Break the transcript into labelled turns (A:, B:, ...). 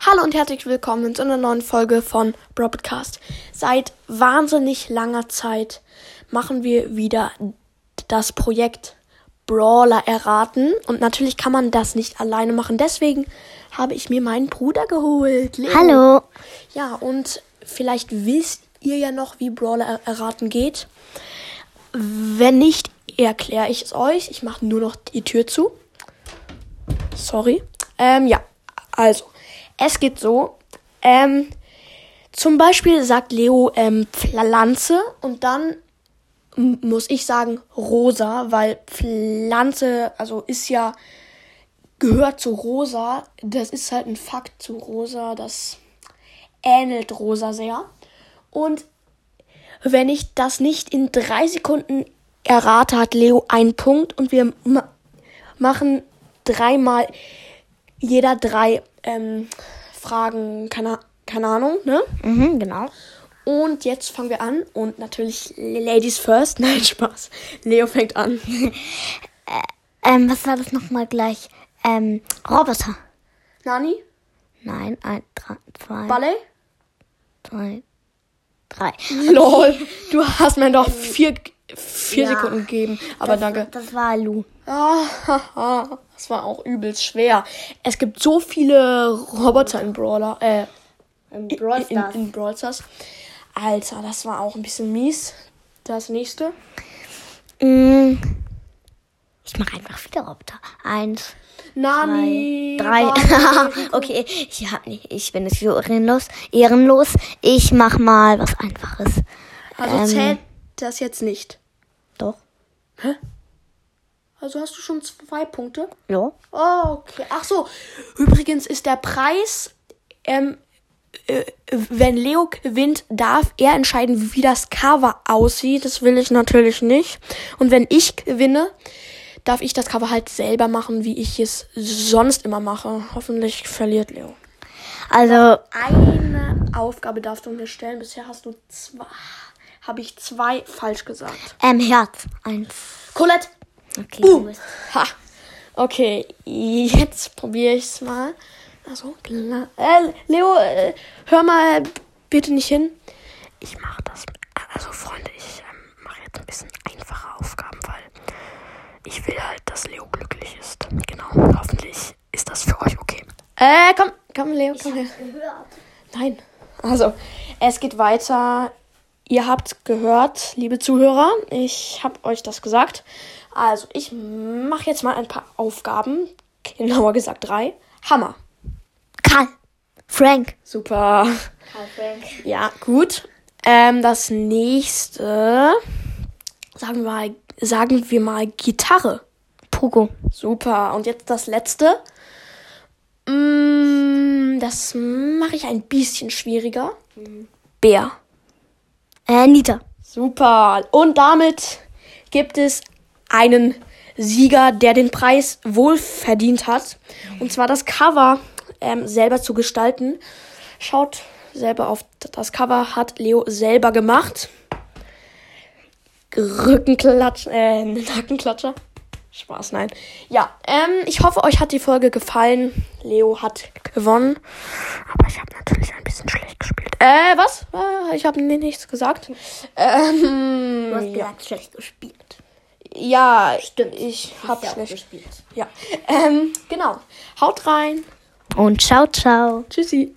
A: Hallo und herzlich willkommen zu einer neuen Folge von Broadcast. Seit wahnsinnig langer Zeit machen wir wieder das Projekt Brawler erraten und natürlich kann man das nicht alleine machen. Deswegen habe ich mir meinen Bruder geholt. Leo.
B: Hallo.
A: Ja, und vielleicht wisst ihr ja noch, wie Brawler er- erraten geht. Wenn nicht, erkläre ich es euch. Ich mache nur noch die Tür zu. Sorry. Ähm, ja, also, es geht so. Ähm, zum Beispiel sagt Leo ähm, Pflanze und dann m- muss ich sagen rosa, weil Pflanze, also ist ja, gehört zu rosa. Das ist halt ein Fakt zu rosa. Das ähnelt rosa sehr. Und wenn ich das nicht in drei Sekunden errate, hat Leo einen Punkt und wir ma machen dreimal jeder drei ähm, Fragen, keine, keine Ahnung, ne?
B: Mhm, genau.
A: Und jetzt fangen wir an und natürlich Ladies first. Nein, Spaß. Leo fängt an.
B: Ähm, was war das nochmal gleich? Ähm, Roboter.
A: Nani,
B: Nein, ein, drei, zwei,
A: Ballet?
B: drei, drei.
A: Lol, du hast mir doch vier, vier
B: Ähm, Ja.
A: Sekunden gegeben, aber
B: das,
A: danke.
B: Das war Lu.
A: Ah, das war auch übelst schwer. Es gibt so viele Roboter in Brawler, äh, in, in, in Brawl Stars. Alter, das war auch ein bisschen mies. Das nächste.
B: Mm, ich mache einfach wieder Roboter. Eins,
A: Nani.
B: drei.
A: Barley.
B: okay, ich hab nicht. Ich bin jetzt so ehrenlos. ehrenlos. Ich mach mal was Einfaches.
A: also
B: Ähm.
A: zählt das jetzt nicht.
B: Doch.
A: Also hast du schon zwei Punkte.
B: Ja.
A: Oh, okay. Ach so. Übrigens ist der Preis, ähm, äh, wenn Leo gewinnt, darf er entscheiden, wie das Cover aussieht. Das will ich natürlich nicht. Und wenn ich gewinne, darf ich das Cover halt selber machen, wie ich es sonst immer mache. Hoffentlich verliert Leo.
B: Also,
A: Eine Aufgabe darfst du mir stellen. Bisher hast du zwei, habe ich zwei falsch gesagt.
B: ähm, Herz. Eins.
A: Colette,
B: Okay.
A: Boom.
B: du bist-
A: Ha. Okay, jetzt probiere ich's mal. Also, klar. äh, Leo, äh, hör mal bitte nicht hin. Ich mache das. Also, Freunde, ich ähm, mache jetzt ein bisschen einfache Aufgaben, weil ich will halt, dass Leo glücklich ist. Genau. Hoffentlich ist das für euch okay. Äh, komm, komm, Leo, komm her. Nein. Also, es geht weiter. Ihr habt gehört, liebe Zuhörer, ich habe euch das gesagt. Also, ich mache jetzt mal ein paar Aufgaben. Genauer gesagt drei. Hammer.
B: Karl. Frank.
A: Super.
B: Karl Frank.
A: Ja, gut. Ähm, das nächste. Sagen wir, mal, sagen wir mal Gitarre.
B: Pogo.
A: Super. Und jetzt das letzte. Mm, das mache ich ein bisschen schwieriger. Bär.
B: Äh, Nita.
A: Super. Und damit gibt es einen Sieger, der den Preis wohl verdient hat. Und zwar das Cover ähm, selber zu gestalten. Schaut selber auf das Cover, hat Leo selber gemacht. Rückenklatschen, äh, Nackenklatscher. Spaß, nein. Ja, ähm, ich hoffe, euch hat die Folge gefallen. Leo hat gewonnen. Aber ich habe natürlich ein bisschen schlecht gespielt. Äh, was? Äh, ich habe nichts gesagt. Ähm,
B: Du hast gesagt, schlecht gespielt.
A: ja, stimmt. Ich habe schlecht.
B: gespielt.
A: Ja. Ähm, genau. Haut rein.
B: Und ciao, ciao.
A: Tschüssi.